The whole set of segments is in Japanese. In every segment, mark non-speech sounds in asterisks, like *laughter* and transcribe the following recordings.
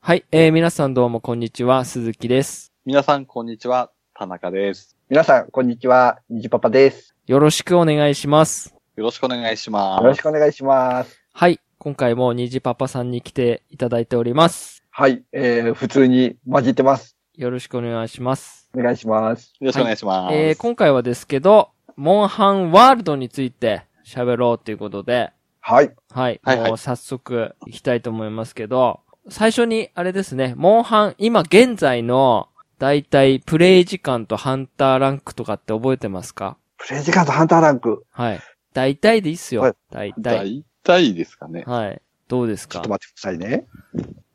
はい、えー、皆さんどうもこんにちは、鈴木です。皆さん、こんにちは。田中です。皆さん、こんにちは。にじパパです。よろしくお願いします。よろしくお願いしまよす。ろしくお願いします。はい、今回も虹パパさんに来ていただいております。はい、えー、普通に混じってます。よろしくお願いします。お願いします。よろしくお願いします。えー、今回はですけど、モンハンワールドについて喋ろうということで、はい。はい、はいはいもう早速行きたいと思いますけど、最初にあれですね、モンハン、今現在の、だいたいプレイ時間とハンターランクとかって覚えてますかプレイ時間とハンターランク。はい。大体でいいっすよ。はい大体。大体ですかね。はい。どうですちかょっと待ってくださいね。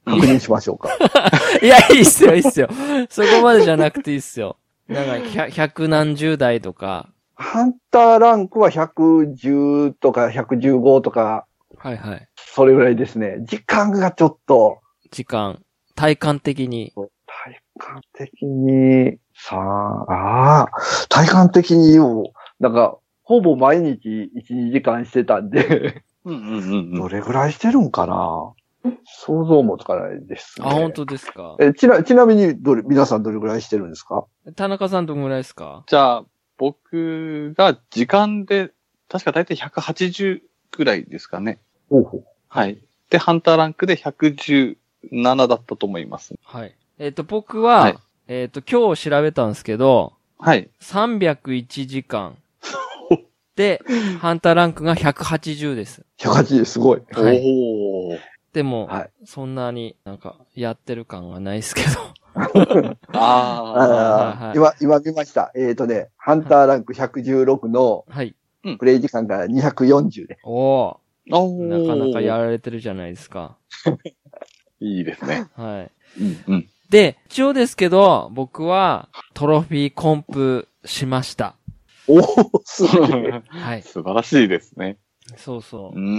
確認しましょうか。 *laughs* いや、いいっすよ、いいっすよ。そこまでじゃなくていいっすよ。なんか、ひゃ百何十代とか。ハンターランクは110とか115とか、はいはい。それぐらいですね。時間がちょっと、時間。体感的に。体感的に、さあ、ああ、体感的にもう、なんか、ほぼ毎日1、2時間してたんで、うんうんうんうどん。れぐらいしてるんかな想像もつかないです、ね。あ、本当ですか。え、ちな、ちなみに、どれ、皆さんどれぐらいしてるんですか田中さんどんぐらいですかじゃあ、僕が時間で、確か大体180ぐらいですかね。ほうほう。はい。で、ハンターランクで117だったと思います。はい。えっ、と、僕は、はいえっ、と、今日調べたんですけど、はい。 301時 *laughs* 間。で、ハンターランクが180です。 180、すごい。はいおー。でも、はいそんなになんか、やってる感がないですけど。あはいああ、今、今見ました。えっ、とね、ハンターランク116のはい。プレイ時間が240で。おー。ー。おー。なかなかやられてるじゃないですか。いいですね。はい。うんうん。で、一応ですけど、僕はトロフィーコンプしました。おお、すごい。はい。 *laughs* 素晴らしいですね。そうそうう。んう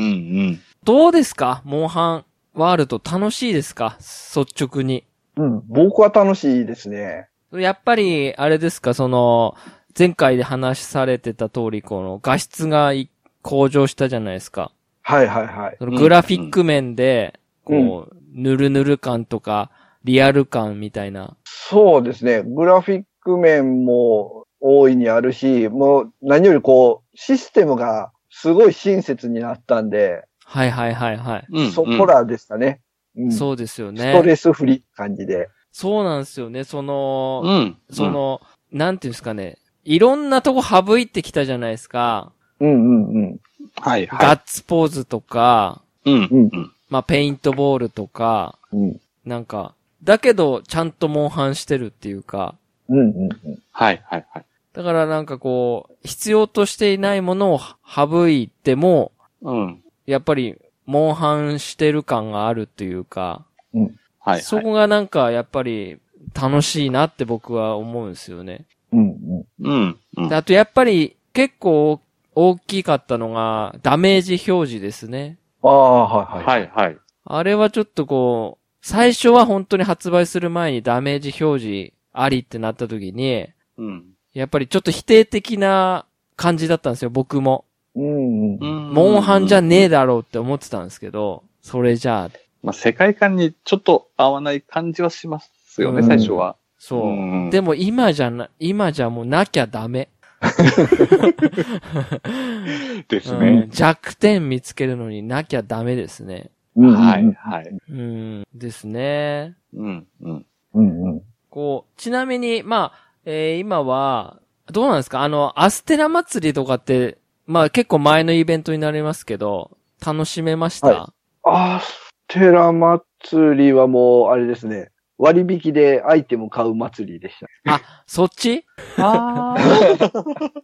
ん。どうですかモンハンワールド楽しいですか率直に。うん、僕は楽しいですね。やっぱり、あれですか、その、前回で話されてた通り、この画質がい向上したじゃないですか。はいはいはい。そのグラフィック面で、こう、ぬるぬる感とか、リアル感みたいな。そうですね。グラフィック面も大いにあるし、もう何よりこう、システムがすごい親切になったんで、はいはいはいはい。うんうんそこらでしたね。うんスそうですよね。トレスフリー感じで。そうなんですよね。その、うん。その、なんていうんですかね。いろんなとこ省いてきたじゃないですか。うんうんうん。うん。はいはい。ガッツポーズとか、うんうんうん。まあ、ペイントボールとか、うん。なんか、だけど、ちゃんとモンハンしてるっていうか、うんうんうん。はいはいはい。だからなんかこう、必要としていないものを省いても、うん。やっぱり、モンハンしてる感があるというか、はい、はい。そこがなんか、やっぱり、楽しいなって僕は思うんですよね。うんうん。うん。うんであとやっぱり結構大きかったのがダメージ表示ですね。ああ、はいはい。はいはい。あれはちょっとこう、最初は本当に発売する前にダメージ表示ありってなった時に、うん。やっぱりちょっと否定的な感じだったんですよ、僕も。うんうん。モンハンじゃねええ。だろうって思ってたんですけど、それじゃあ、まあ、世界観にちょっと合わない感じはしますよね、うん最初は。そう。んでも今じゃな、今じゃもうなきゃダメ。ですうんね。弱点見つけるのになきゃダメですね。うんうんうんはいはい。うん、ですね。うん。うん。うんうん。こう、ちなみに、まあ、えー今は、どうなんですかあの、アステラ祭りとかって、まあ結構前のイベントになりますけど、楽しめました、はアステラ祭りはもう、あれですね。割引でアイテム買う祭りでした。あ、そっちああ。 *laughs*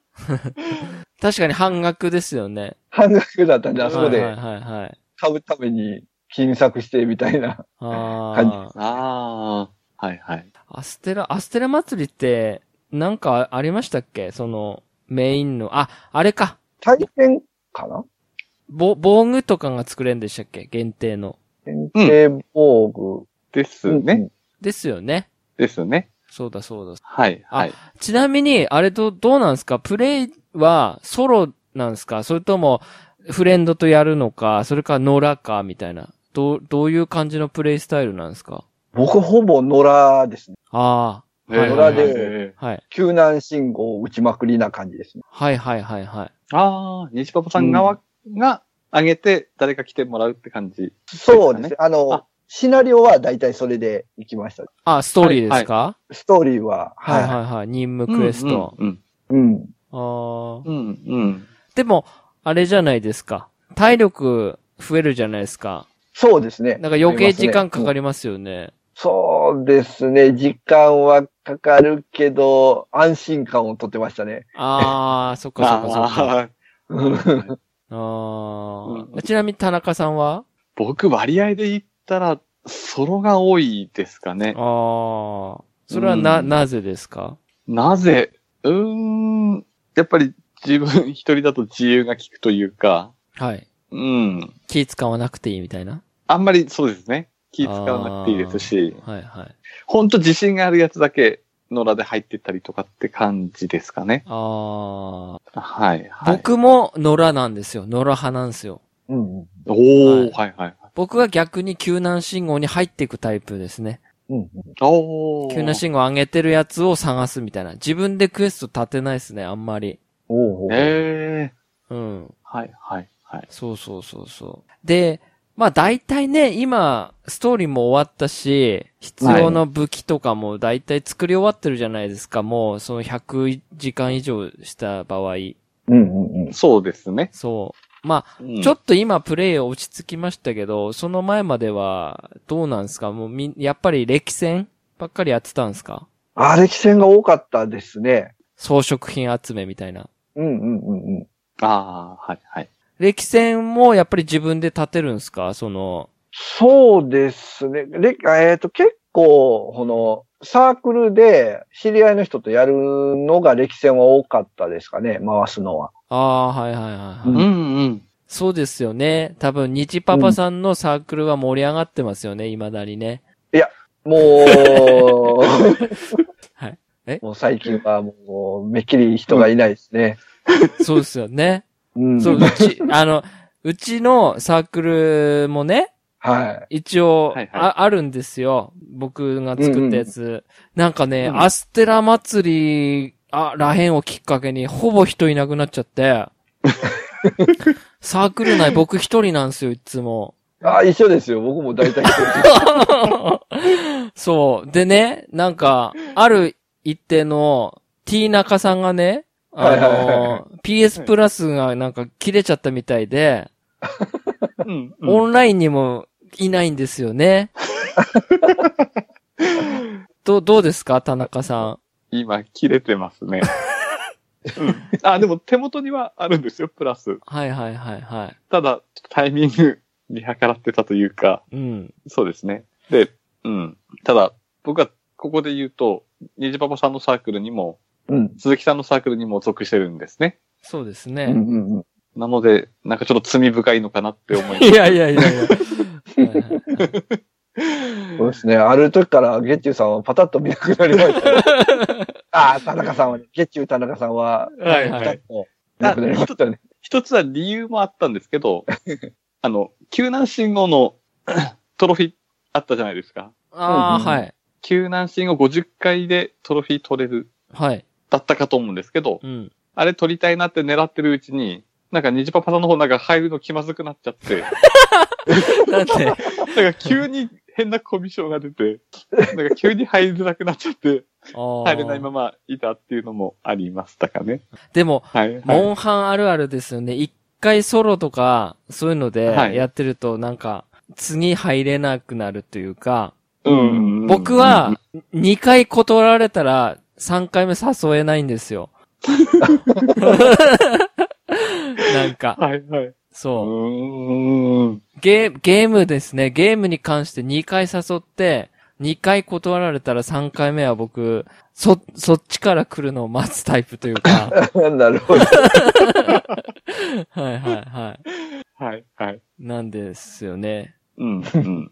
確かに半額ですよね。半額だったんで、あそこはいではいはい、はい。買うために金策してみたいな。あーああ。はいはい。アステラ、アステラ祭りって、なんかありましたっけその、メインの、あ、あれか。体験かなぼ、防具とかが作れるんでしたっけ限定の。限定防具。ですね。。ですよね。ですね。そうだそうだ。はいはい。ちなみに、あれど、どうなんですかプレイはソロなんですかそれとも、フレンドとやるのか、それかノラか、みたいな。どう、どういう感じのプレイスタイルなんですか僕ほぼ野良ですね。あえー裏でえーあ、はい。救難信号を打ちまくりな感じですね。はいはいはいはい。ああ、西パパさん側が上げて誰か来てもらうって感じ。そうですね。ああの、シナリオは大体それで行きました。あ、ストーリーですかストーリーは、ははいい。はいはい。任務クエスト。うん。うん。ああ。うん、うん。でも、あれじゃないですか。体力増えるじゃないですか。そうですね。なんか余計時間かかりますよね。そうですね。時間はかかるけど、安心感をとってましたね。 *laughs* ああ、そっかそっかそっか。あーあーうんちなみに田中さんは僕割合で言ったら、ソロが多いですかねああ。。それはな、うんなぜですかなぜうーん。やっぱり自分一人だと自由が利くというか、はい。うん。気使わなくていいみたいな。あんまりそうですね。気使わなくていいですし、はいはい。ほんと自信があるやつだけ野良で入ってったりとかって感じですかね。あはい、あ、はい。僕も野良なんですよ。野良派なんですよ。うんうん。おー、はい、はい、はい。僕は逆に救難信号に入っていくタイプですね。うんうん。おー。救難信号上げてるやつを探すみたいな。自分でクエスト立てないですね、あんまり。おうおうええうん。はい、はい、はい。そうそうそうそう。で、まあ大体ね、今、ストーリーも終わったし、必要な武器とかも大体作り終わってるじゃないですか。もう、その100時間以上した場合。うんうんうん。そうですね。そう。まあ、うんちょっと今プレイ落ち着きましたけど、その前までは、どうなんですかもうみ、やっぱり歴戦ばっかりやってたんですかあ、歴戦が多かったですね。装飾品集めみたいな。うんうんうんうん。ああ、はい、はい。歴戦もやっぱり自分で立てるんですかその、そうですね。れえっ、と、結構、この、サークルで知り合いの人とやるのが歴戦は多かったですかね、回すのは。ああー、はいはいはいはい。うん、うん。そうですよね。多分、日パパさんのサークルは盛り上がってますよね、未だにね。もう、はいえもう最近はもう、めっきり人がいないですね。そうですよね。うん。そう、うち、あの、うちのサークルもね、はい。一応、はいはいあ、あるんですよ。僕が作ったやつ。なんかね、うんアステラ祭り、あ、らへんをきっかけに、ほぼ人いなくなっちゃ *laughs* って、サークル内僕一人なんですよ、いつも。あ、一緒ですよ。僕も大体一緒 *laughs* です。そう。でね、なんか、ある一定の T 中さんがね、あはいはいはいはの、PS プラスがなんか切れちゃったみたいで、うん、オンラインにもいないんですよね。ど、どうですか田中さ今、切れてますね。うん、あ、でも手元にはあるんですよ、プラス。ん。はいはいはいはただ、タイミング見計らってたというか、い。うん。そうですね。で、うん。ただ、僕はここで言うと、ニジパパさんのサークルにも、うん。鈴木さんのサークルにも属してるんですね。そうですうんうね。んうん。なので、なんかちょっと罪深いのかなって思いいやいやいやいや。はいはいそうですね。ある時から、ゲッチュさんはパタッと見なくなりま *laughs* した、ね。ああ、田中さんはね、ゲッチュ田中さんは、は *laughs* いはパいタッと見なくなりましたね。一つは理由もあったんですけど、あの、救難信号の *coughs* トロフィーあったじゃないですか。ああ、うんうんはい。救難信号50回でトロフィー取れる、はい。だったかと思うんですけど、うん。あれ取りたいなって狙ってるうちに、なんか虹パパさんの方なんか入るの気まずくなっちゃって、なんで、なんか急に変なコミュ障が出て、なんか急に入れなくなっちゃって、入入れないままいたっていうのもありましたかね。でも、はい、はい。モンハンあるあるですよね。一回ソロとか、そういうのではいやってると、なんか、次入れなくなるというか、うん僕は、二回断られたら、三回目誘えないんですよ。 *laughs* なんか、はいはい。うそーん。う。ゲー、ゲームですね。ゲームに関して二回誘って、二回断られたら三回目は僕、そ、そっちから来るのを待つタイプという *laughs* か。 *laughs* なるほど。はいはいはい。はいはい。なんですよね。うん、うん、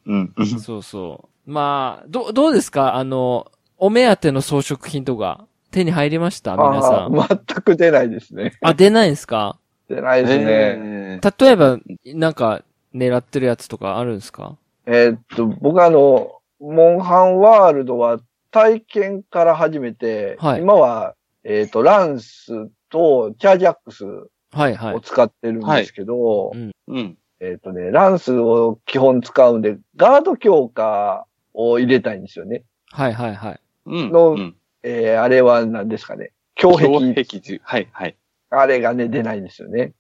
うん。うんそうそう。まあ、ど、どうですかあの、お目当ての装飾品とか、手に入りました皆さあん。あ、全く出ないですね。あ、出ないんですか出ないですね。えー例えば、なんか、狙ってるやつとかあるんですかえーっと、僕はあの、モンハンワールドは体験から始めて、はい今は、えっ、と、ランスとチャージャックスをはいはい。使ってるんですけど、いうん。えっ、とね、ランスを基本使うんで、ガード強化を入れたいんですよね。はいはいはい。うん。のうん、えー、あれは何ですかね。強障壁壁。中。はい、はい。あれがね、出ないんですよね。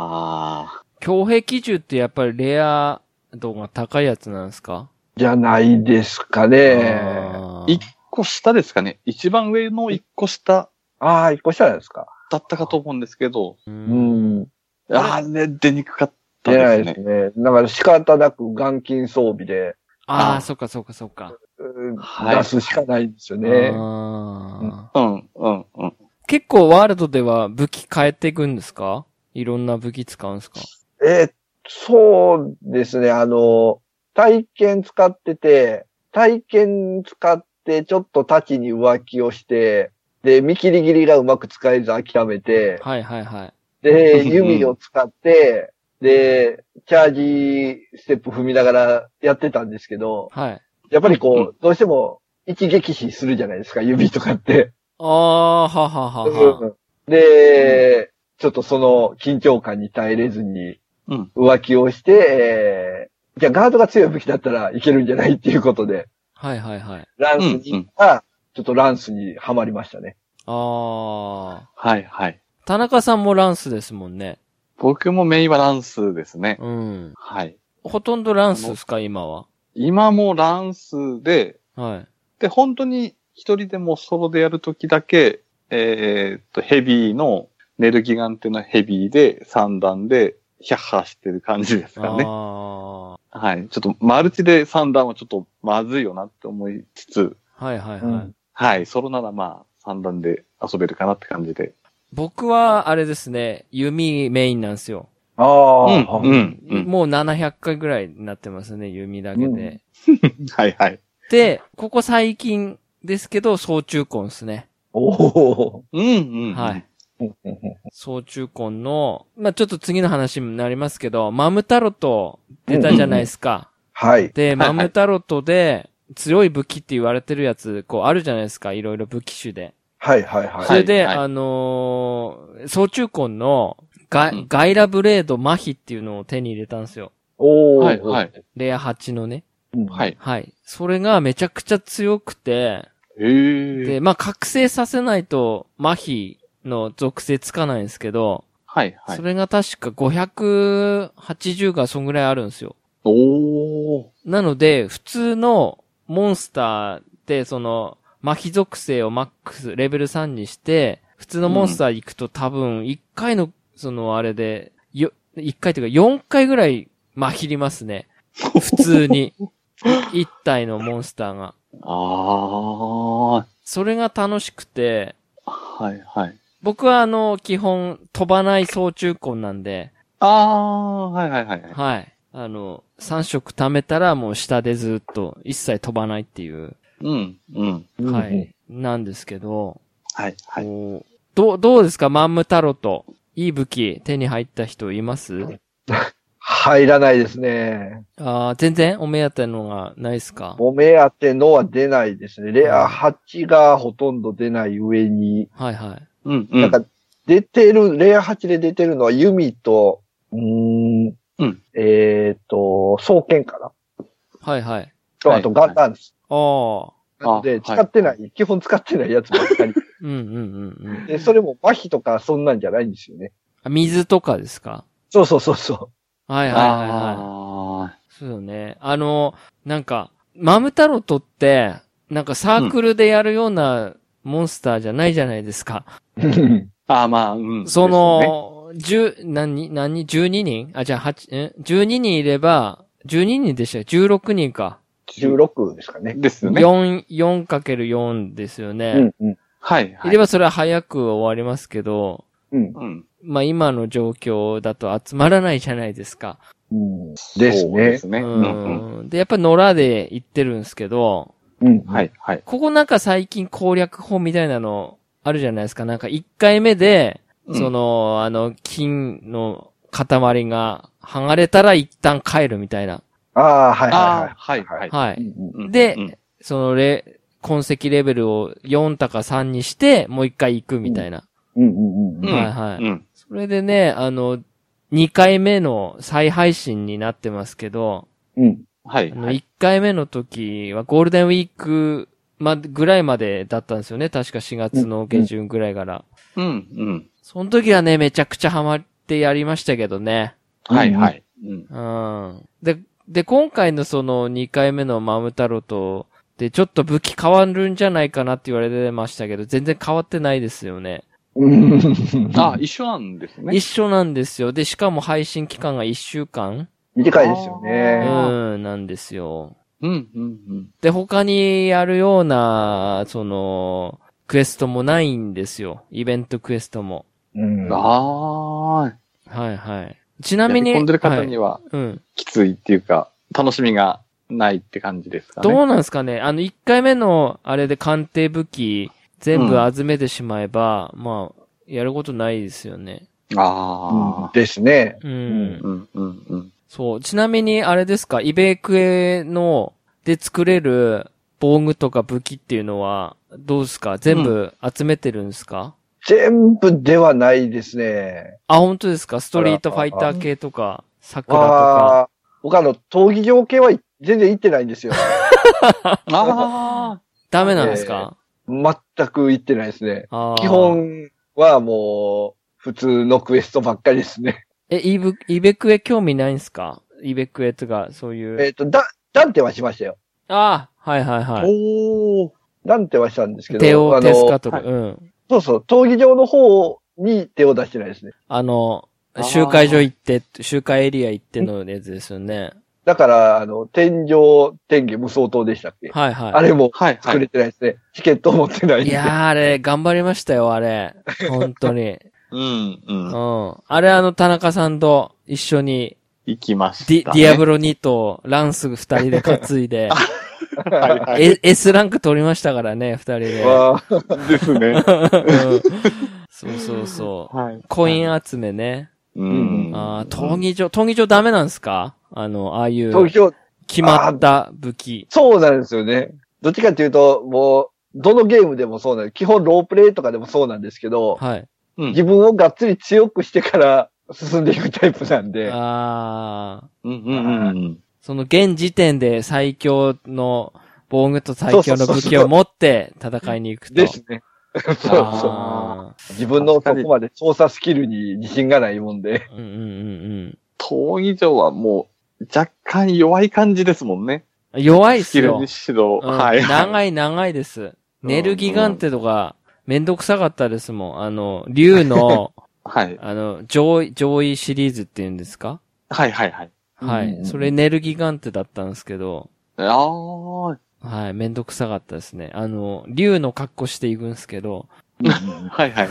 あ強兵基準ってやっぱりレア度が高いやつなんですかじゃないですかね。あーー一個下ですかね。一番上の一個下ああ、一個下なんですか。だったかと思うんですけど、う。うんん。あれ出にくかった出なですいでねす。ね。だから仕方なく眼筋装備で、あああ、そっかそっかそっか。うんはい出すしかないんですよね。あーうん、うん、うん。結構ワールドでは武器変えていくんですかいろんな武器使うんですかえーそうですね。あの、体験使ってて、体験使ってちょっと立ちに浮気をして、で、見切り切りがうまく使えず諦めて、はいはいはい。で、うん弓を使って、で、チャージステップ踏みながらやってたんですけど、はい。やっぱりうこう、どうしても一撃死するじゃないですか、指とかって。ああ、はははは。で、ちょっとその緊張感に耐えれずにうん、浮気をして、えーじゃあガードが強い武器だったらいけるんじゃないっていうことで、はいはいはい。ランスうん、うにん。は、ちょっとランスにはまりましたね。ああ。はい、はい。田中さんもランスですもんね。僕もメインはランスですね。うん。はい。ほとんどランスですか今は。今もランスで、はい。で、本当に一人でもソロでやるときだけ、えーっと、ヘビーの、ネルギガンテのヘビーで三段で、ヒャッハーしてる感じですかね。あはい。ちょっと、マルチで三段はちょっとまずいよなって思いつつ、あ。はいはいはい。うんはい。ソロならまあ、三段で遊べるかなって感じで。僕は、あれですね、弓メインなんですよ。あうあん、うん、うん。もう700回ぐらいになってますね、弓だけで。うんはい、はい。で、ここ最近ですけど、総中根ですね。おーうん、うん。はい。うんうんうん総中根の、まあ、ちょっと次の話になりますけど、マムタロト出たじゃないですか。はい。で、はいはマいムタロトで、強い武器って言われてるやつ、こうあるじゃないですか、いろいろ武器種で。はい、はい、はい。それで、はいはいあのー、総中根のガ,、うんガイラブレード麻痺っていうのを手に入れたんですよ。おーはい、はい。。レア8のね。うんはい。はい。それがめちゃくちゃ強くて、へーで、まあ、覚醒させないと、麻痺の属性つかないんですけど、はい、はいそ。れが確か580がそんぐらいあるんですよ。おー。なので、普通のモンスターって、その、麻痺属性をマックス、レベル3にして、普通のモンスター行くと多分、1回の、その、あれで、よ、1回というか4回ぐらい麻痺りますね。普通に。1体のモンスターが。あそれが楽しくて、ー。はい、はい。僕はあの、基本、飛ばない総中根なんで、ああ、はいはいはい。はいはい。あの、3色貯めたらもう下でずっと一切飛ばないっていう、うん、うん。うんは。い、なんですけど、はい、はい。こうどう、どうですかマンムタロト。いい武器手に入った人います入らないですね。ああ、全然お目当てのがないですかお目当てのは出ないですね。レア8がほとんど出ない上に、はいはい。うん、うん。なんか出てる、レア8で出てるのは弓と、うーん、うんえっ、と、双剣かなはいはい。と、はいあとガンダンス。ああ。はいなのあで、は使いってない,、基本使ってないやつばっ *laughs* かり。うんうんうんうんで、それも麻痺とかそんなんじゃないんですよね。あ。水とかですかそうそうそうそはいはいはいはい。あそうよね。あの、なんか、マムタロトって、なんかサークルでやるようなモンスターじゃないじゃないですか。う。 *laughs* うんーあー、まあ、うん。そ、の、十、何、何、12人あ、じゃあ8、え ?12 人いれば、12人でしたよ ?16 人か。 16ですかね。ですよね。 4、4×4 ですよね。、うんうん。はい、はいい。ればそれは早く終わりますけど、うん。うん。まあ今の状況だと集まらないじゃないですか。うん、ですそうでね。すね。ううん、うん。ん。で、やっぱ野良で行ってるんですけど、うん。。はいい、はい。ここなんか最近攻略法みたいなのあるじゃないですか。なんか1回目で、うんその、あの、金の塊が剥がれたら一旦帰るみたいな。あああ、はいああ、ははい、はい。はいうい。んうん。でうんそのレ、痕跡レベルを4たか3にして、もう一回行くみたいな。うんうんうんうん。はいはい。うん。それでね、あの、2回目の再配信になってますけど、うん。はいあ。の、1回目の時はゴールデンウィークま、ぐらいまでだったんですよね。確か4月の下旬ぐらいから。うん、うん。その時はね、めちゃくちゃハマってやりましたけどね。はい、はい。うん。うん。で、で、今回のその2回目のマム太郎と、で、ちょっと武器変わるんじゃないかなって言われてましたけど、全然変わってないですよね。うんあ、一緒なんですね一。緒なんですよ。で、しかも配信期間が1週間 *laughs* 短いですようね。ん、なんですよ。うん、うん、で、他にやるような、その、クエストもないんですよ。イベントクエストも。うんうん。ああ。はいはい。ちなみに、込んでる方には、はいうん。きついっていうか、楽しみがないって感じですかね。どうなんですかねあの、1回目の、あれで鑑定武器、全部集めてしまえば、まあ、やることないですよね。うんああ。ですね。うん。んうん、うん、うん。そう。ちなみに、あれですかイベクエの、で作れる防具とか武器っていうのは、どうですか全部集めてるんですか、全部ではないですね。あ、本当ですかストリートファイター系とか、あ桜とか。あ、僕あの、闘技場系はい全然行ってないんですよ。 *laughs* ああ。ダメなんですか、全く行ってないですね。あー基。本はもう、普通のクエストばっかりですね。え、イブ、イベクエ興味ないんですかイベクエとか、そういう。えっと、だ、ダンテはしましたよ。ああ、はいはいはい。おお。ダンテはしたんですけど。テオ、あテスカとの、か、はいうん。そうそう、闘技場の方に手を出してないですね。あのあ、ー集会所行って、集会エリア行ってのやつですよね。だから、あの、天井、天下無双塔でしたっけ、はいはあれもはい、は作れい。てないですね。チケットを持ってないんい。いで。やー、あれ、頑張りましたよ、あれ。本当に。うん、う。うんん。あれ、あの、田中さんと一緒に、行きまデしィ、た、デね。ィアブロ2と、ランス二人で担い *laughs* で。ロ。はい、はい。え S ランク取りましたからね、二人で。うんわーで *laughs* すね。そうそうそう。はい。コイン集めね。うん。あー闘技場、闘技場ダメなんですかあの、ああい東う京、決まった武器。そうなんですよね。どっちかっていうと、もう、どのゲームでもそうなんです。基本ロープレイとかでもそうなんですけど、はい。うん自分をがっつり強くしてから進んでいくタイプなんで、ああ。うん、うん、うん。その現時点で最強の防具と最強の武器を持って戦いに行くと。ですね。 *laughs* そうそう。あー自分のそこまで操作スキルに自信がないもんで。うんうんうん闘技場はもう、若干弱い感じですもんね。うん。弱いっスすキルよに。しろ。うんは *laughs* い。長い。い長いです。ネルギガンテとか、めんどくさかったですもん。あの、竜の、はい。あの、上位、上位シリーズって言うんですかはい、はい、はい。はうんうんうい。んそれネルギガンテだったんですけど、ああ。はい。めんどくさかったですね。あの、竜の格好していくんですけど、はいはい。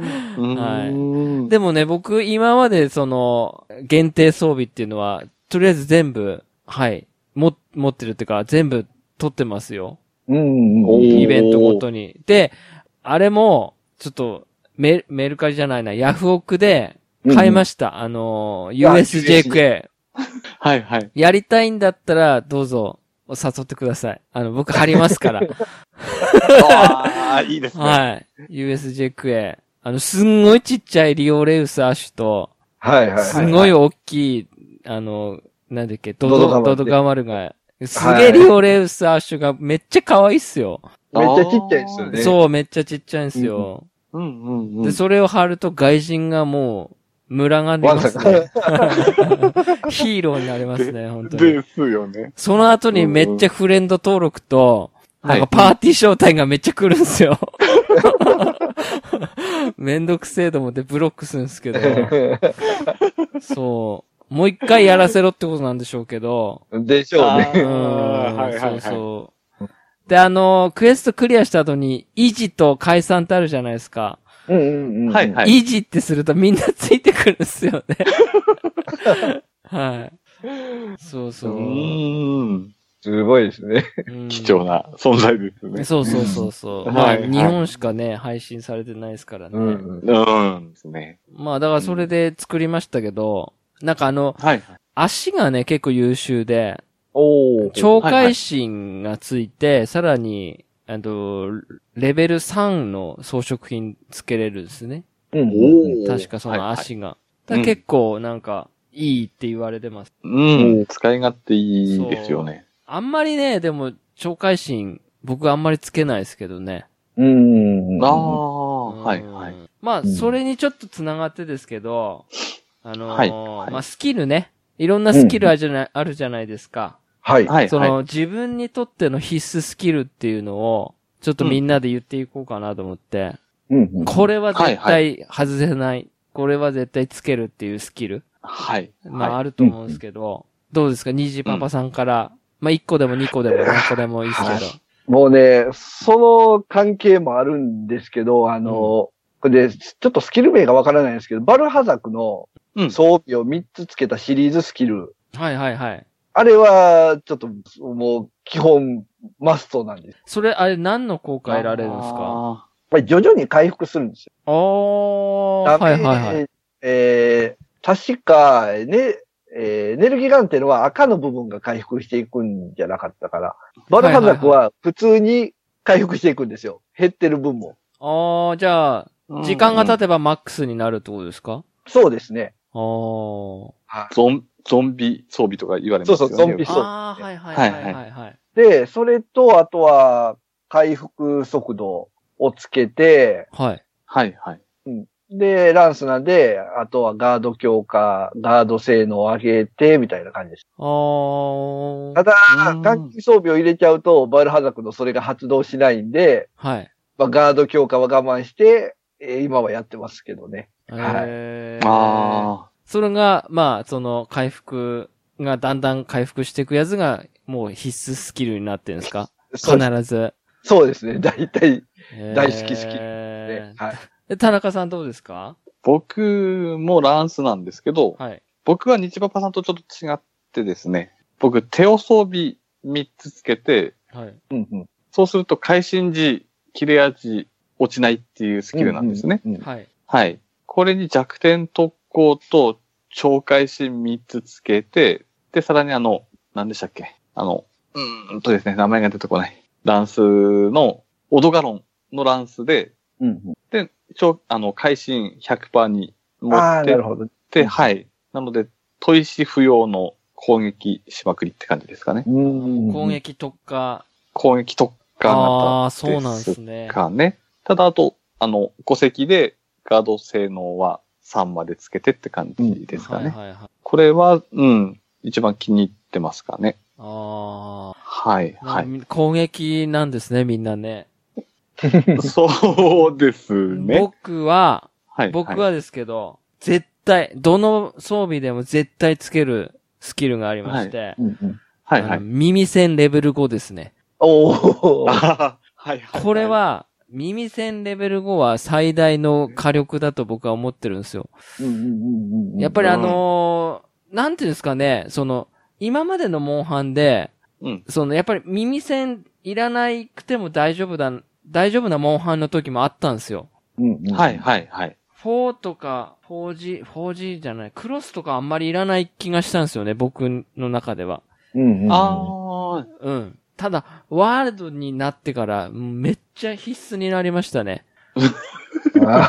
いい。でもね、僕、今までその、限定装備っていうのは、とりあえず全部、はい。も、持ってるっていうか、全部取ってますよ。うんおーイベントごとに。で、あれも、ちょっと、メ、メルカリじゃないな、ヤフオクで買いましした。あのあー、USJQA。はいはい。やりたいんだったら、どうぞ、お誘ってください。あの、僕貼りますから。ああ、いいですね。はい。USJQA。あの、すんごいちっちゃいリオレウスアッシュと、た。はいはい。すごい大きい、あの、なんだっけ、ドドドド、ガマルドねドガマルが、すげえリオレウスアッシュがめっちゃ可愛いっすよ。めっちゃちっちゃいですよね。そう、めっちゃちっちゃいんすよ。うんうんうん。で、それを貼ると外人がもう、群がりわまざす *laughs* わざね。ヒーローになりますね、本当に。ですよね。その後にめっちゃフレンド登録と、はなんいかパーティー招待がめっちゃ来るんす *laughs* よ。 *laughs* めんどくせえと思ってブロックするんですけど、そう。もう一回やらせろってことなんでしょうけ *laughs* ど、でしょうね。うーあーんはいはいはいそうそう。で、あの、クエストクリアした後に、維持と解散ってあるじゃないですか。うんうんうん。はいはい維持ってするとみんなついてくるんですよね。はい。そううそう。ーん。すごいですね。うん貴重な存在ですね。そうそうそうそう。うんまはあ、いはい日本しかね、配信されてないですからうんね。うん。うん。ですね。まあ、だからそれで作りましたけど、なんかあの、はい。足がね、結構優秀で、おー。懲戒心がついて、さらに、あと、レベル3の装飾品つけれるんですね。うん。おー確かその足が。だからうん結構なんか、いいって言われてます。うん、使い勝手いいですよね。あんまりね、でも、懲戒心、僕あんまりつけないですけどね。うん。ああ。あ、うんはい、はい。。まあ、うんそれにちょっと繋がってですけど、あのーはいはいまあ、スキルね。いろんなスキルあるじゃない、あるじゃないですか。はい。はい、そはいの、。自分にとっての必須スキルっていうのを、ちょっとみんなで言っていこうかなと思って、うんうん。これは絶は対外せない,、これは絶対つけるっていうスキル。はい。まあ、はいあると思うんですけど、どうですか虹パパさんから、まあ、1個でも2個でも何個でもいいですけど。もうね、その関係もあるんですけど、あの、これで、ちょっとスキル名がわからないんですけど、バルハザクのうん装備を3つつけたシリーズスキル。はいはいはい。あれは、ちょっと、もう、基本、マストなんです。それ、あれ何の効果得られるんですかあやっぱり徐々に回復するんですよ。おー、はいはいはい。い。えー、確か、ね、えー、エネルギーガンっていうのは赤の部分が回復していくんじゃなかったから、バルハザクは普通に回復していくんですよ。減ってる分も。あー、じゃあ、ー時間が経うんてばマックスになるってことですかそうですね。あー。はいゾン、ゾンビ装備とか言われますよね。そうそうゾンビ装そうあー、はいはいはいはいはい。はいで、それと、あとは、回復速度をつけて、はい。はい、はい。で、ランスなんで、あとはガード強化、ガード性能を上げて、みたいな感じです。あー。ただうん、換気装備を入れちゃうと、バルハザクのそれが発動しないんで、はい。まあ、ガード強化は我慢して、えー今はやってますけどね。はいえーあそれが、まあ、その、回復がだんだん回復していくやつが、もう必須スキルになってるんですかそ必うず。そうですね。大体、大好きスキルねえーはい。で田中さんどうですかあ、僕もランスなんですけど、はい。僕は日パパさんとちょっと違ってですね、僕手を装備3つつけて、はい。うんうん、そうすると会心時、切れ味、落ちないっていうスキルなんですね。うんうん。はい。はい。これに弱点特攻と懲戒心3つつけて、で、さらにあの、何でしたっけあの、うーんとですね、名前が出てこない。ランスの、オドガロンのランスで、うんうんで、超、あの、会心100%に持あっあ、なてるほど。って、はい。なので、砥石不要の攻撃しまくりって感じですかね。うん攻。撃特化。攻撃特化ああー、型そうなんですね。かね。ただ、あと、あの、5石でガード性能は3までつけてって感じですかね。はいはいはい。これは、うん、一番気に入ってますかね。あはい、あ、はい。攻撃なんですね、みんなね。そうですね。僕は、はい、僕はですけど、絶対、どの装備でも絶対つけるスキルがありまして、うんうんはい、はあのい。耳栓レベル5ですね。おーあーはい、はい。これは、耳栓レベル5は最大の火力だと僕は思ってるんですよ。うんうんうんうんやっぱりあのーなんていうんですかね、その、今までのモンハンで、うんその、やっぱり耳栓いらないくても大丈夫だ、大丈夫なモンハンの時もあったんですよ。うんうんはい、はい、はい。 4とか、4G、4G じゃない、クロスとかあんまりいらない気がしたんですよね、僕の中では。うんうんああ、うん。ただ、ワールドになってから、めっちゃ必須になりましたね。あ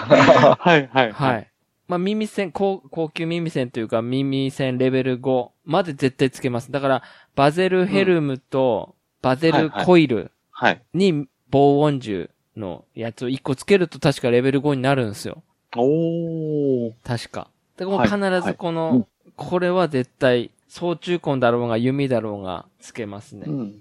はい、はい、はい。まあ、耳栓、高高級耳栓というか、耳栓レベル5まで絶対つけます。だから、バゼルヘルムと、バゼルコイルはい。に防音銃のやつを1個つけると確かレベル5になるんですよ。おー。確か。だからもうはい必ずこの、はいうんこれは絶対、総中根だろうが弓だろうがつけますね。うん。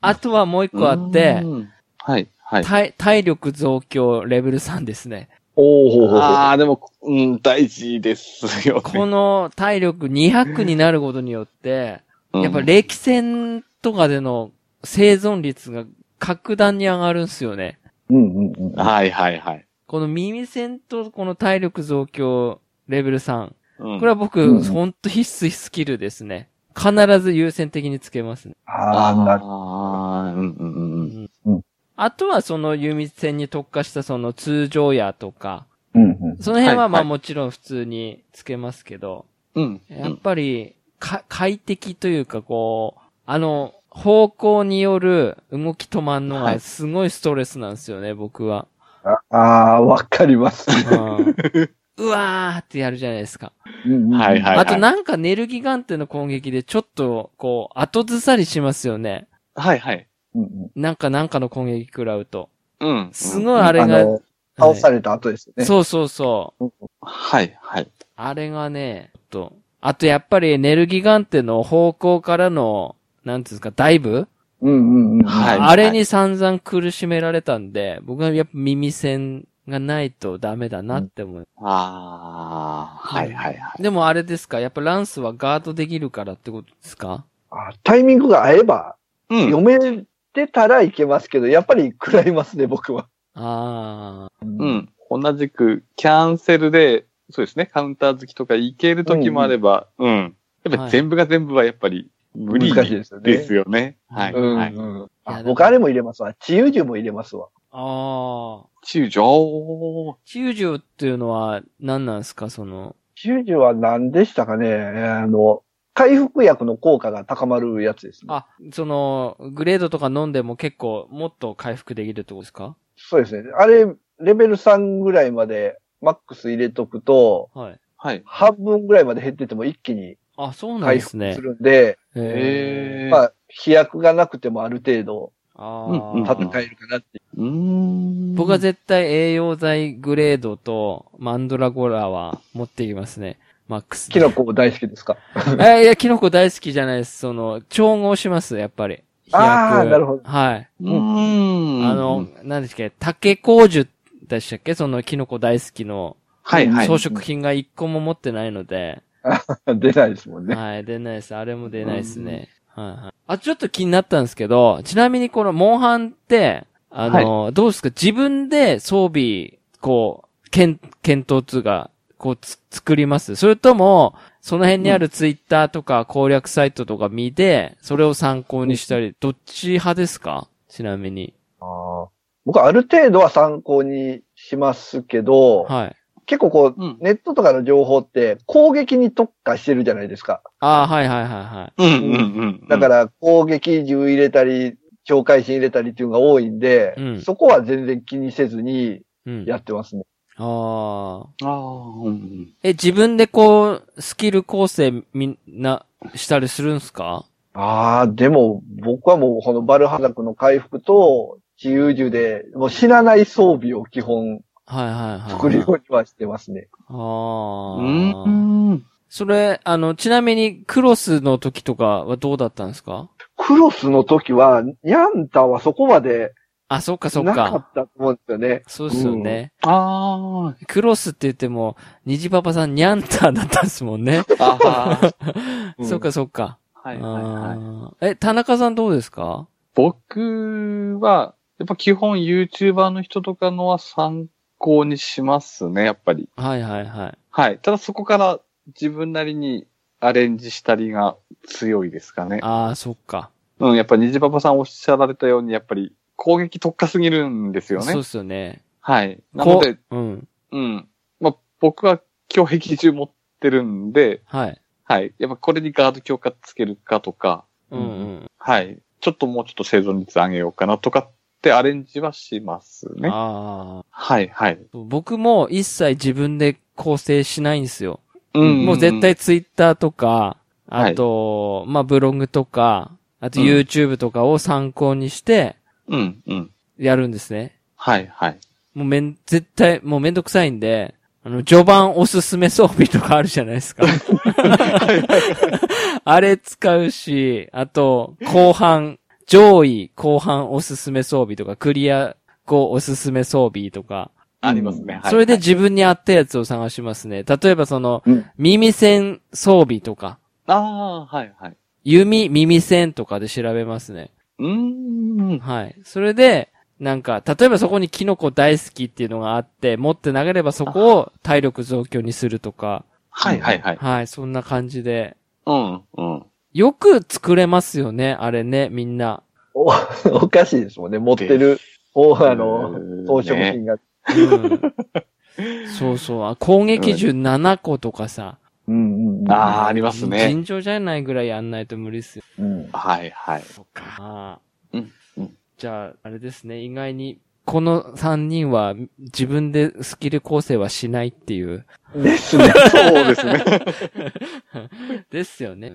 あとはもう1個あって、うん、はい、はい。体体力増強レベル3ですね。おーああ、でも、うん、大事ですよ、ね。この体力200になることによって、やっぱうん歴戦とかでの生存率が格段に上がるんすよね。うんうんうんはい、はい、はい。この耳戦とこの体力増強レベル3。うんこれは僕、うんほんと必須スキルですね。必ず優先的につけますね。ああ、なるあーうん、うん、うん。あとはその弓戦に特化したその通常矢とか、うんうんその辺ははいまあはいもちろん普通につけますけど、うん。やっぱりか、快適というかこう、あの、方向による動き止まんのはがいすごいストレスなんですよね、僕 *laughs* は。ああ、わかります。うん、うわーってやるじゃないですか。はいはいあとなんかネルギガンテの攻撃でちょっとこう後ずさりしますよね。はいはい。うんうん。なんかなんかの攻撃食らうと。うん。すい。ごいあれが、の倒されれた後ですよね。そうそうそう。はいはい。あれがね、ちょっと。あとやっぱりネルギガンテの方向からの、なんていうんですか、ダイブ、うんうんうん。はいあれに散々苦しめられたんで、僕はやっぱ耳栓がないとダメだなって思う。ああ、はいはいはい。でもあれですか、やっぱランスはガードできるからってことですかあタイミングが合えば、うん。読めてたらいけますけど、やっぱり食らいますね、僕は。ああ、うう。んん。同じく、キャンセルで、そうですね、カウンター好きとかいける時もあれば、うん、やっぱり全部が全部はやっぱり無理難しいですよね。ですよね。はい、うんはい。うんいやあでも僕あれも入れますわ。治癒樹も入れますわ。ああ。中条。中条っていうのは何なんですかその、治癒樹は何でしたかねえーあの、回復薬の効果が高まるやつですね。あ、その、グレードとか飲んでも結構もっと回復できるってことですかそうですね。あれ、レベル3ぐらいまでマックス入れとくと、はい。はい。半分ぐらいまで減ってても一気にあ、そうなん回です復ねす。るんで、へえー。まあ、飛躍がなくてもある程度ーあうんうんー戦えるかなっていううーん。僕は絶対栄養剤グレードとマンドラゴラは持ってきますね。マックスで。キノコ大好きですか *laughs* えいや、キノコ大好きじゃないです。その、調合します、やっぱり。あー飛躍なるほどはい。うーん。あの、、何でしたっけ、竹工樹でしたっけそのキノコ大好きのはいはい。装飾品が一個も持ってないので。出ないですもんね。はい、出ないです。あれも出ないですね。はいはい。あ、ちょっと気になったんですけど、ちなみにこのモンハンって、あの、どうですか自分で装備、こう、検、検討通が、こうつ、作りますそれとも、その辺にあるツイッターとか攻略サイトとか見て、それを参考にしたり、どっち派ですかちなみに。あー僕はある程度は参考にしますけど、はい。結構こう、うん。ネットとかの情報って攻撃に特化してるじゃないですか。ああ、はいはいはいはい。うんうんうん。、だからら攻撃銃入れたり、境界心入れたりっていうのが多いんで、うんそこは全然気にせずにうん。やってますね。ああ。ああ、うん。え、自分でこう、スキル構成みんな、したりするんすかああ、でも僕はもうこのバルハザクの回復と治癒銃で、もう死なない装備を基本はいはいはいはい。作るようにはしてますね。あうあ。ん。それ、あの、ちなみに、クロスの時とかはどうだったんですかクロスの時は、ニャンタはそこまであ、そっかそっなかか。ったと思うんですよね。そうですよね、あクロスって言っても、虹パパさんニャンターだったんですもんね。あ。ああ。うんそっかそっか。はいはいはい。い。え、田中さんどうですか僕は、やっぱ基本 YouTuber の人とかのは参考にしますね、やっぱり。はいはいはい。はい。ただそこから自分なりにアレンジしたりが強いですかね。ああ、そっか。うん、やっぱ虹パパさんおっしゃられたように、やっぱり攻撃特化すぎるんですよそうねっ。すよね。はい。なので、こううん。うん。まあ、僕は強壁中持ってるんで、はい。はい。やっぱこれにガード強化つけるかとか、うんうん。はい。ちょっともうちょっと生存率上げようかなとかってアレンジはしますね。ああ。はい、はい。僕も一切自分で構成しないんですよ。うんもう絶対ツイッターとか、あと、まあブログとか、あとうん YouTube とかを参考にしてうん、うん。やるんですね。はい、 *laughs* はい。もうめん、絶対、もうめんどくさいんで、あの、序盤おすすめ装備とかあるじゃないです *laughs* か。あれ使うし、あと、後半、上位後半おすすめ装備とか、クリア後おすすめ装備とか、ありますね。はい。それで、自分に合ったやつを探しますね。例えばその、うん耳栓装備とか、ああー、はい、はい。弓、耳栓とかで調べますね。うーん。はい。それで、なんか、例えばそこにキノコ大好きっていうのがあって、持って投げればそこを体力増強にするとか、はい、はい、はい。はい、そんな感じで。うん、うん。よく作れますよね、あれね、みんな。お、お *laughs* かしいですもんね。持ってる、お、あの、装飾ね。品が。 *laughs* うん、そうそうあ、攻撃銃7個とかさ、うんうんうん。ああ、ありますね。尋常じゃないぐらいやんないと無理っすよ。うん。はいはい。そっか。うんうんじゃあ、あれですね、意外に、この三人は自分でスキル構成はしないっていう。で *laughs* すね。そうですね。ですよね。う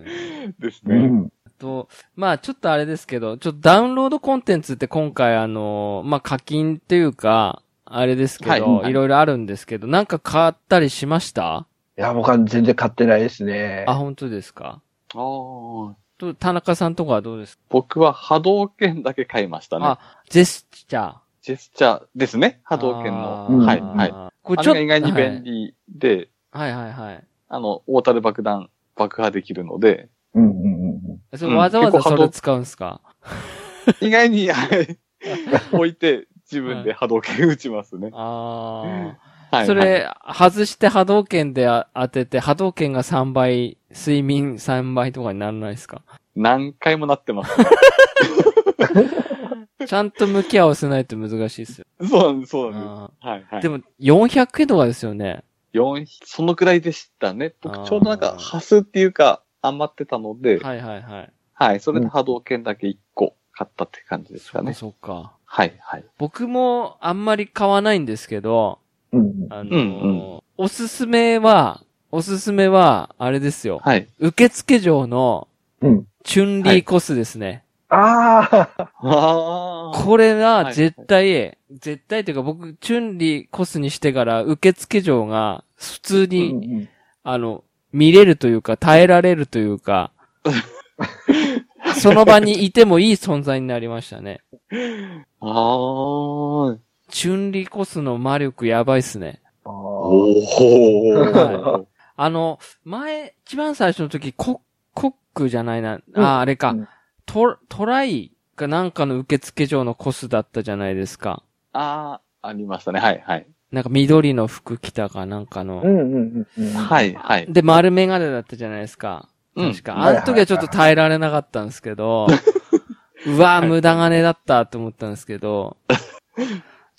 ん *laughs* ですうね。ん。と、まあちょっとあれですけど、ちょっとダウンロードコンテンツって今回あの、まあ課金っていうか、あれですけど、はいはいいろいろあるんですけど、なんか買ったりしましたいや、僕は全然買ってないですね。あ、本当ですかあーと、田中さんとかはどうですか僕は波動拳だけ買いましたね。あ、ジェスチャー。ジェスチャーですね。波動拳あの。ーはいはい。。こあれが意外に便。利で、はいはいはいはい。あの、大たる爆弾、爆破できる *laughs* ので、うんうんうんうん。それわざわざ結構そ波動れ使うんすか意外 *laughs* に、はい置いて、自分で波動拳打ちますね。あはあ。い。そはい、れ、外して波動拳であ当てて、波動拳が3倍、睡眠3倍とかにならないですか何回もなっ *laughs* てます。ちゃんと向き合わせないと難しいですよ。そうなんです、そうなんであす。はい、はーでい。でも、も、400円とかですよね。 4、そのくらいでしたね。あー僕、ちょうどなんか、ハスっていうか、余ってたので、はい、はいはいはい。それで波動拳だけ1個買ったって感じですかね。そうか。はい、はい。僕もあんまり買わないんですけど、うんうん。あのーうんおすすめは、おすすめは、あれですよ。はい。受付嬢のうん。チュンリーコスですね。ああ、あーこれははい絶対、絶対というか僕、チュンリーコスにしてから受付嬢が普通うに、んあの、見れるというか耐えられるというか、その場にいてもいい存在になりましたね。あー。チュンリーコスの魔力やばいっすね。あおーー。あの、前、一番最初の時、ココックじゃないな、あ、あれか、うんト、トライかなんかの受付嬢のコスだったじゃないですか。あー、ありましたね。はい、はい。なんか緑の服着たかなんかうの。んうんうんうん。はい、はい。で、丸メガネだったじゃないですか。うん確か。うんあの時はちょっと耐えられなかったんですけど、うわ無駄金だったと思ったんですけど、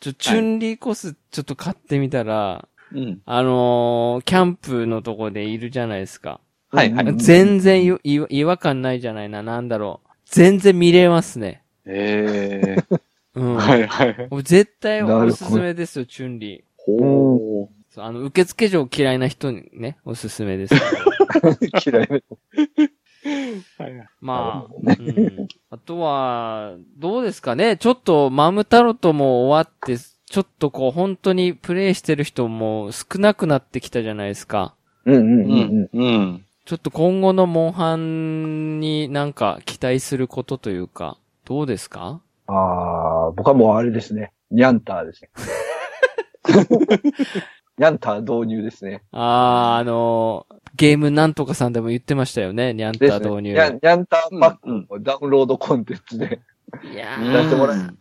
ちょ、チュンリーコスちょっと買ってみたら、うん。あのーキャンプのとこでいるじゃないですか。はい、はい。全然よい違和感ないじゃないな、なんだろう。全然見れますね。ええうん。はいはい。もう絶対なおるすほどすめですよ、チュンリー。ほう。そうあの、受付嬢嫌いな人にね、おすすめです。 *laughs* 嫌いな。まあ、うん。あとは、どうですかねちょっと、マムタロとも終わって、ちょっとこう、本当にプレイしてる人も少なくなってきたじゃないですか。うんうんううんうんん。。うん。ちょっと今後のモンハンになんか期待することというか、どうですかああ、僕はもうあれですね。ニャンターですね。ニャンター導入ですね。あー、あのーゲームなんとかさんでも言ってましたよね、ニャンタですね。導入。ニャンニャンターパックをダウンロードコンテンツでいやうん出してもー、らえたら、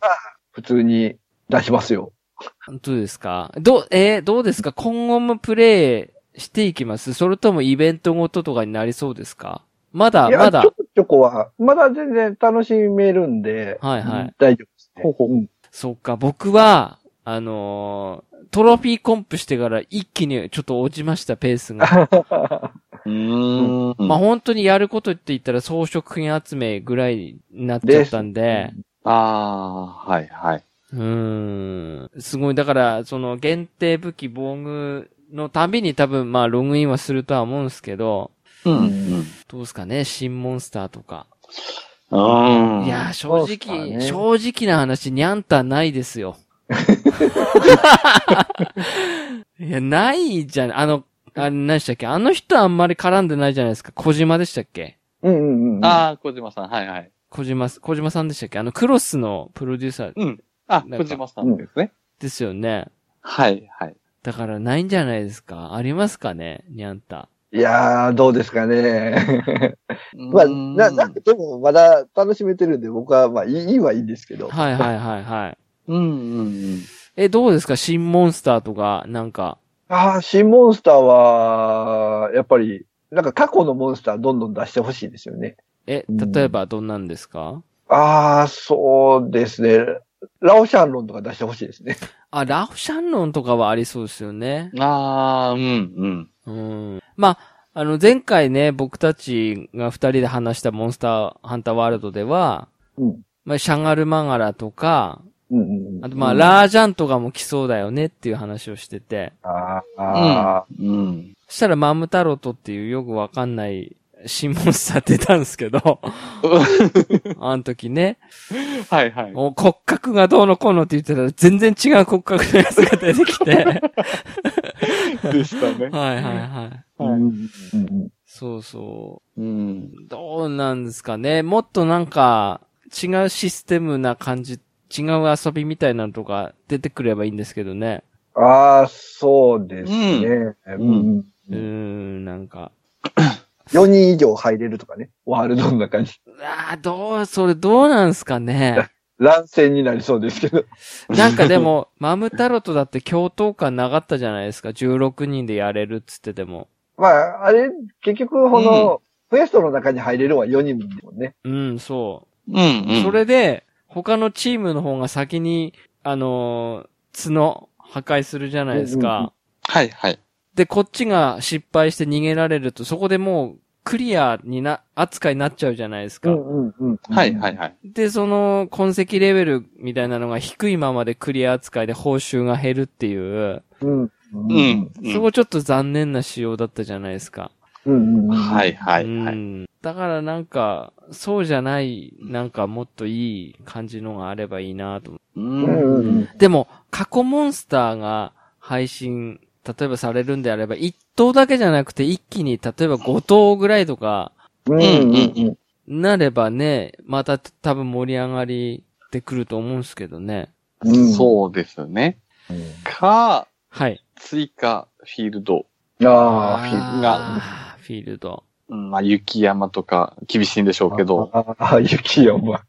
普通に出しますよ。どうですかどう、えーどうですか今後もプレイしていきますそれともイベントごととかになりそうですかまだ、いやまだちょ。こちょこは、まだ全然楽しめるんで、はいはい。大丈夫ですね。ほうほううんそっか、僕は、あのートロフィーコンプしてから一気にちょっと落ちました、ペースが。 *laughs* うーん。まあ本当にやることって言ったら装飾品集めぐらいになっちゃったんで、あー、はいはい。うーん。すごい。だから、その限定武器防具のたびに多分まあログインはするとは思うんですけど、うん。どうですかね新モンスターとか。うん。いやー、正そうっすか直、ね正直な話、にゃんたないです *laughs* よ。いや、ないじゃん。あの、あれ、何でしたっけあの人あんまり絡んでないじゃないですか。小島でしたっけうんうんうん。あー、小島さん、はいはい。小島、小島さんでしたっけあの、クロスのプロデューサーうん。あ、なんか小島さんですね。ですよね。はいはい。だから、ないんじゃないですかありますかねにゃんた。いやー、どうですかね。ままあ、な、なんかでもまだ楽しめてるんで、僕はまあ、いいいいはいいんですけど。はいはいはいはい。うんうんえ、どうですか新モンスターとか、なんか。ああ、新モンスターは、やっぱり、なんか過去のモンスターどんどん出してほしいですよね。え、うん例えばどんなんですかああ、そうですね。ラオシャンロンとか出してほしいですね。あ、ラフシャンロンとかはありそうですよね。うん。あー、うんうん。うんまあ、あの、前回ね、僕たちが二人で話したモンスターハンターワールドでは、うんまあ、シャンガルマガラとか、うんうんうん。あとまあ、ラージャンとかも来そうだよねっていう話をしてて、あーあー、うん。そしたらマムタロットっていうよくわかんない新モンスター出たんですけ *laughs* ど、あの時ね、 *laughs* はいはい。お骨格がどうのこうのって言ってたら全然違う骨格のやつが出てき *laughs* て、はいでしたね。はいはい。うんはいうんうんそうそう。うん。どうなんですかね。もっとなんか、違うシステムな感じ、違う遊びみたいなのとか出てくればいいんですけどね。ああ、そうですね。うんうーん、なんか。 4人以上入れるとかね。ワールドの中に。ああ、どう、それどうなんですか *laughs* ね。乱戦になりそうですけど。なんかでも、マムタロットだって共闘感なかったじゃないですか。16人でやれるっつってても。まあ、あれ、結局、この、クエストの中に入れるは4人ですもんね。うん、そうん、う。うん。それで、他のチームの方が先に、あのー角、破壊するじゃないですか。うんうんうんはいはい。で、こっちが失敗して逃げられると、そこでもう、クリアにな、扱いになっちゃうじゃないですか。うんうん。はいはいはい。で、その、痕跡レベルみたいなのが低いままでクリア扱いで報酬が減るっていう、うん。うんううんん。。そこちょっと残念な仕様だったじゃないですか。うんうん。。はいいはういはい。ん。だからなんか、そうじゃない、なんかもっといい感じのがあればいいなと思ううんうん。う。でも、過去モンスターが配信、例えばされるんであれば、一頭だけじゃなくて一気に、例えば5頭ぐらいとか、うんうんなればね、また多分盛り上がりってくると思うんですけどね。うん。そうですね。うん。か、はい。追加フィールド。ああ、フィールドがあーフィールド。うんまあ、雪山とか厳しいんでしょうけど、ああ、雪山。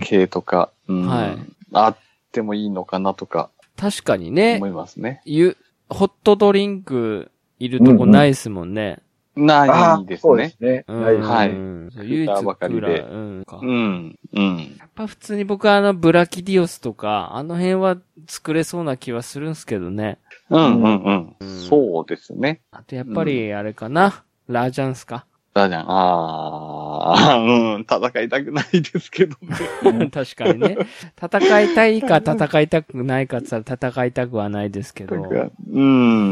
系とか、うんはいあってもいいのかなとか確かにね思、いますね。ゆ、ホットドリンクいるとこないですもんね。あないあで、すそうでね。すね。うんはいはいそう唯一ククーラーばかりーでラー。うんか。うん、うん。やっぱ普通に僕はあの、ブラキディオスとか、あの辺は作れそうな気はするんすけどね。うん、うん、うん。うんそうですね。あとやっぱり、あれかな、ラージャンスか。だじゃん。ああ、 *laughs* うん、戦いたくないですけどね。確かにね。戦いたいか戦いたくないかって言ったら戦いたくはないですけど。うん、う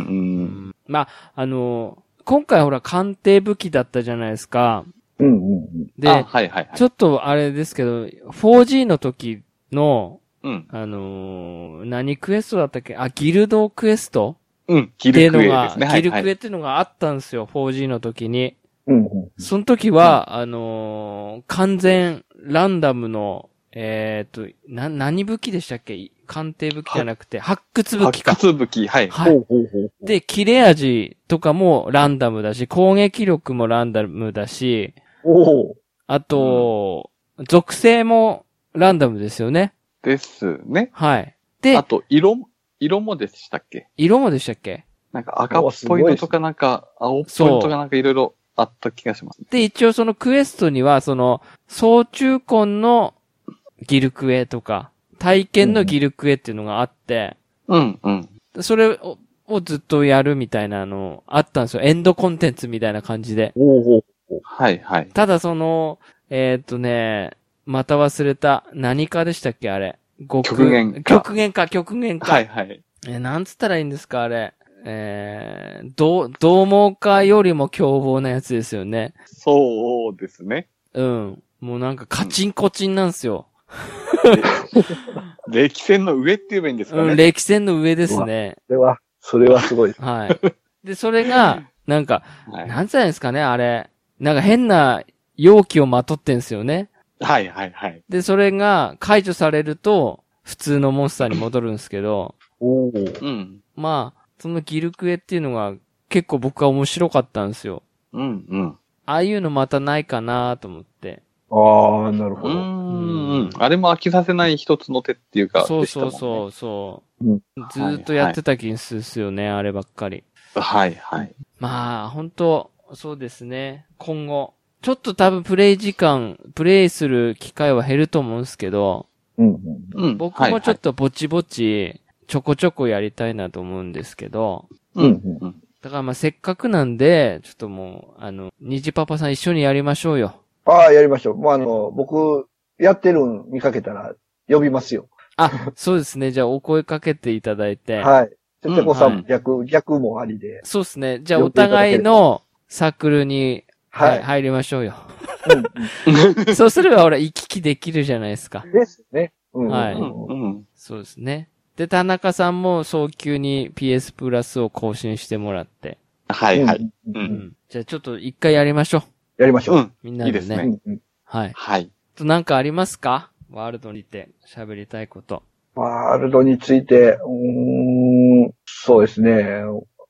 ん。まあ、あの、今回ほら鑑定武器だったじゃないですか。うんうんで、あはいはいはい。ちょっとあれですけど、4G の時の、うん、あのー何クエストだったっけあ、ギルドクエストうん、ギっていルうクのエが、ですね。はいギルはクエい。っていうのがあったんですよ、4G の時に。うん。うんその時は、あのー完全ランダムの、えー、っと、な、何武器でしたっけ鑑定武器じゃなくて、発掘武器か。発武器、はい。はい。うほうほう。で、切れ味とかもランダムだし、攻撃力もランダムだし、おお。あと、属性もランダムですよね。ですね。はい。であ、と、色も、色もでしたっけ色もでしたっけなんか赤っぽいのとかなんか、青っぽいのとかなんかいろいろあった気がしますね。で、一応そのクエストには、その、総中根のギルクエとか、体験のギルクエっていうのがあって、うん、うん。それををずっとやるみたいなのあったんですよ。エンドコンテンツみたいな感じで。おお。はい、はい。ただその、えーっとね、また忘れた、何かでしたっけあれ。極極限化極限か、極限か。はい、はい。えーなんつったらいいんですか、あれ。えー、どう、どう猛化よりも凶暴なやつですよね。そうですね。うん。もうなんかカチンコチンなんですよ。歴戦の上って言えばいいんですかうん、ね。歴戦の上ですね。それは、それはすごい。はい。で、それが、なんか、はい、なんつったらいいんですかね、あれ。なんか変な容器をまとってんすよね。はい、はい、はい。で、それが解除されると、普通のモンスターに戻るんですけど、おお。うん。まあ、そのギルクエっていうのが結構僕は面白かったんですよ。うん、うん。ああいうのまたないかなと思って。ああ、なるほうど。ん、うん。あれも飽きさせない一つの手っていうか、。そうそうそううそう、うんずーっとやってた気がするっすよね、あればっかり。はい、はい。まあ、本当そうですね。今後。ちょっと多分プレイ時間、プレイする機会は減ると思うんですけど、うんうん。うん。僕もちょっとと、ぼちぼち、ちょこちょこやりたいなと思うんですけど、うん、ううん。だからまあせっかくなんで、ちょっともう、あの、虹パパさん一緒にやりましょうよ。ああ、やりましょう。もうあの、僕、やってるん見かけたら、呼びますよ。あ、そうですね。じゃあお声かけていただいて。はい。ちょっとこさんうんも逆、逆もありで。そうですね。じゃあお互いのサークルに、ははいい、入りましょうよ。う *laughs* んそうすればほら、行き来できるじゃないですか。ですね。うんはいうんうんうん。そうですね。で、田中さんも早急に PS プラスを更新してもらって。はいはい。うんううんん。じゃあちょっと一回やりましょう。やりましょうう。ん。みんなでね。いいですうねんうんはい。はい。あとなんかありますかワールドにて喋りたいこと。ワールドについて、うーん、そうですね。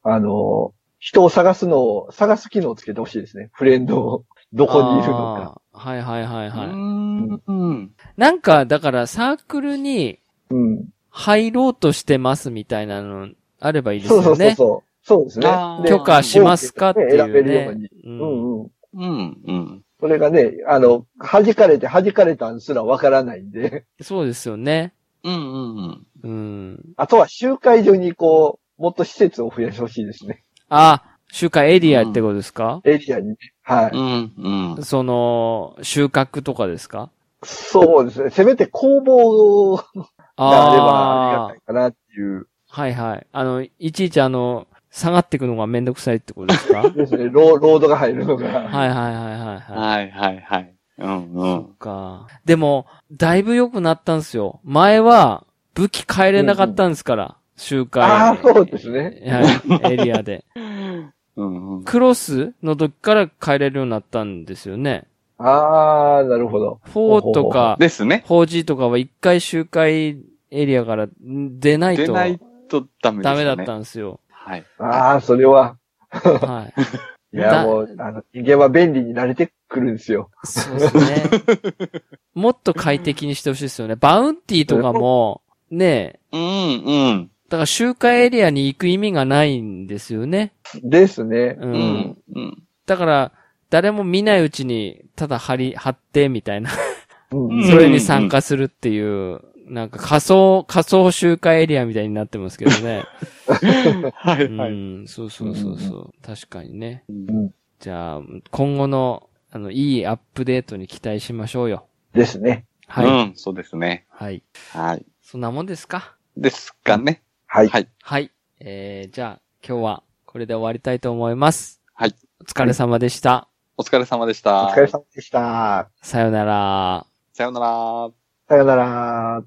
あの、人を探すのを、探す機能をつけてほしいですね。フレンドを、どこにいるのか。あー。はいはいはいうはい。ん。うん。なんか、だからサークルにうん。入ろうとしてますみたいなのあればいいですそうそようそうね。そう。そうですねあー。で許可しますかっていう選べるようねに。。う。うんんうん。うん。うん。それがね、あの、弾かれて弾かれたんすらわからないんで、そうですよね。うん。うん。うん。あとは集会所にこう、もっと施設を増やしてほしいですね。あ、集会エリアってことですか、エリアにね。はい。うん。うん。その、収穫とかですかそうですね。せめて工房があればありがあたいかなっていう。あ。はいはい。あの、いちいちあの、下がっていくのがめんどくさいってこと *laughs* ですかはいですね。ローロードが入るのが。はいはいはいはい。はいはいはい。うんうそんっ。か。でも、だいぶ良くなったんですよ。前は、武器変えれなかったんですから、集会。ああ、そうですね。はい、エリア *laughs* で。うんうん。クロスの時から変えれるようになったんですよね。ああ、なるほど。 4とか、ですね。 4G とかは一回集会エリアから出ない出とないとダメですね。ダメだったんですよ。はい。ああ、それは。はい。いだや、もう、あの、人間は便利に慣れてくるんですよ。そうです *laughs* ね。もっと快適にしてほしいですよね。バウンティーとかも、ねえ、うんうん。だから集会エリアに行く意味がないんですよね。ですね。う。うんんうん。だから、誰も見ないうちに、ただ貼り、貼って、みたいな。うん。それに参加するっていう、なんか仮想、仮想集会エリアみたいになってますけどね。はうい *laughs* はい。ん、そうそうそうそう。確かにね。うんじゃあ、今後の、あの、いいアップデートに期待しましょうよ。ですね。はい。うん、そうですね。はい。はい。そんなもんですかですかね。はい。はいはい。えー、じゃあ、今日はこれで終わりたいと思います。はい。お疲れ様でした。お疲れ様でしおた疲。れ様でした。さよなら。さようなら。さよなら。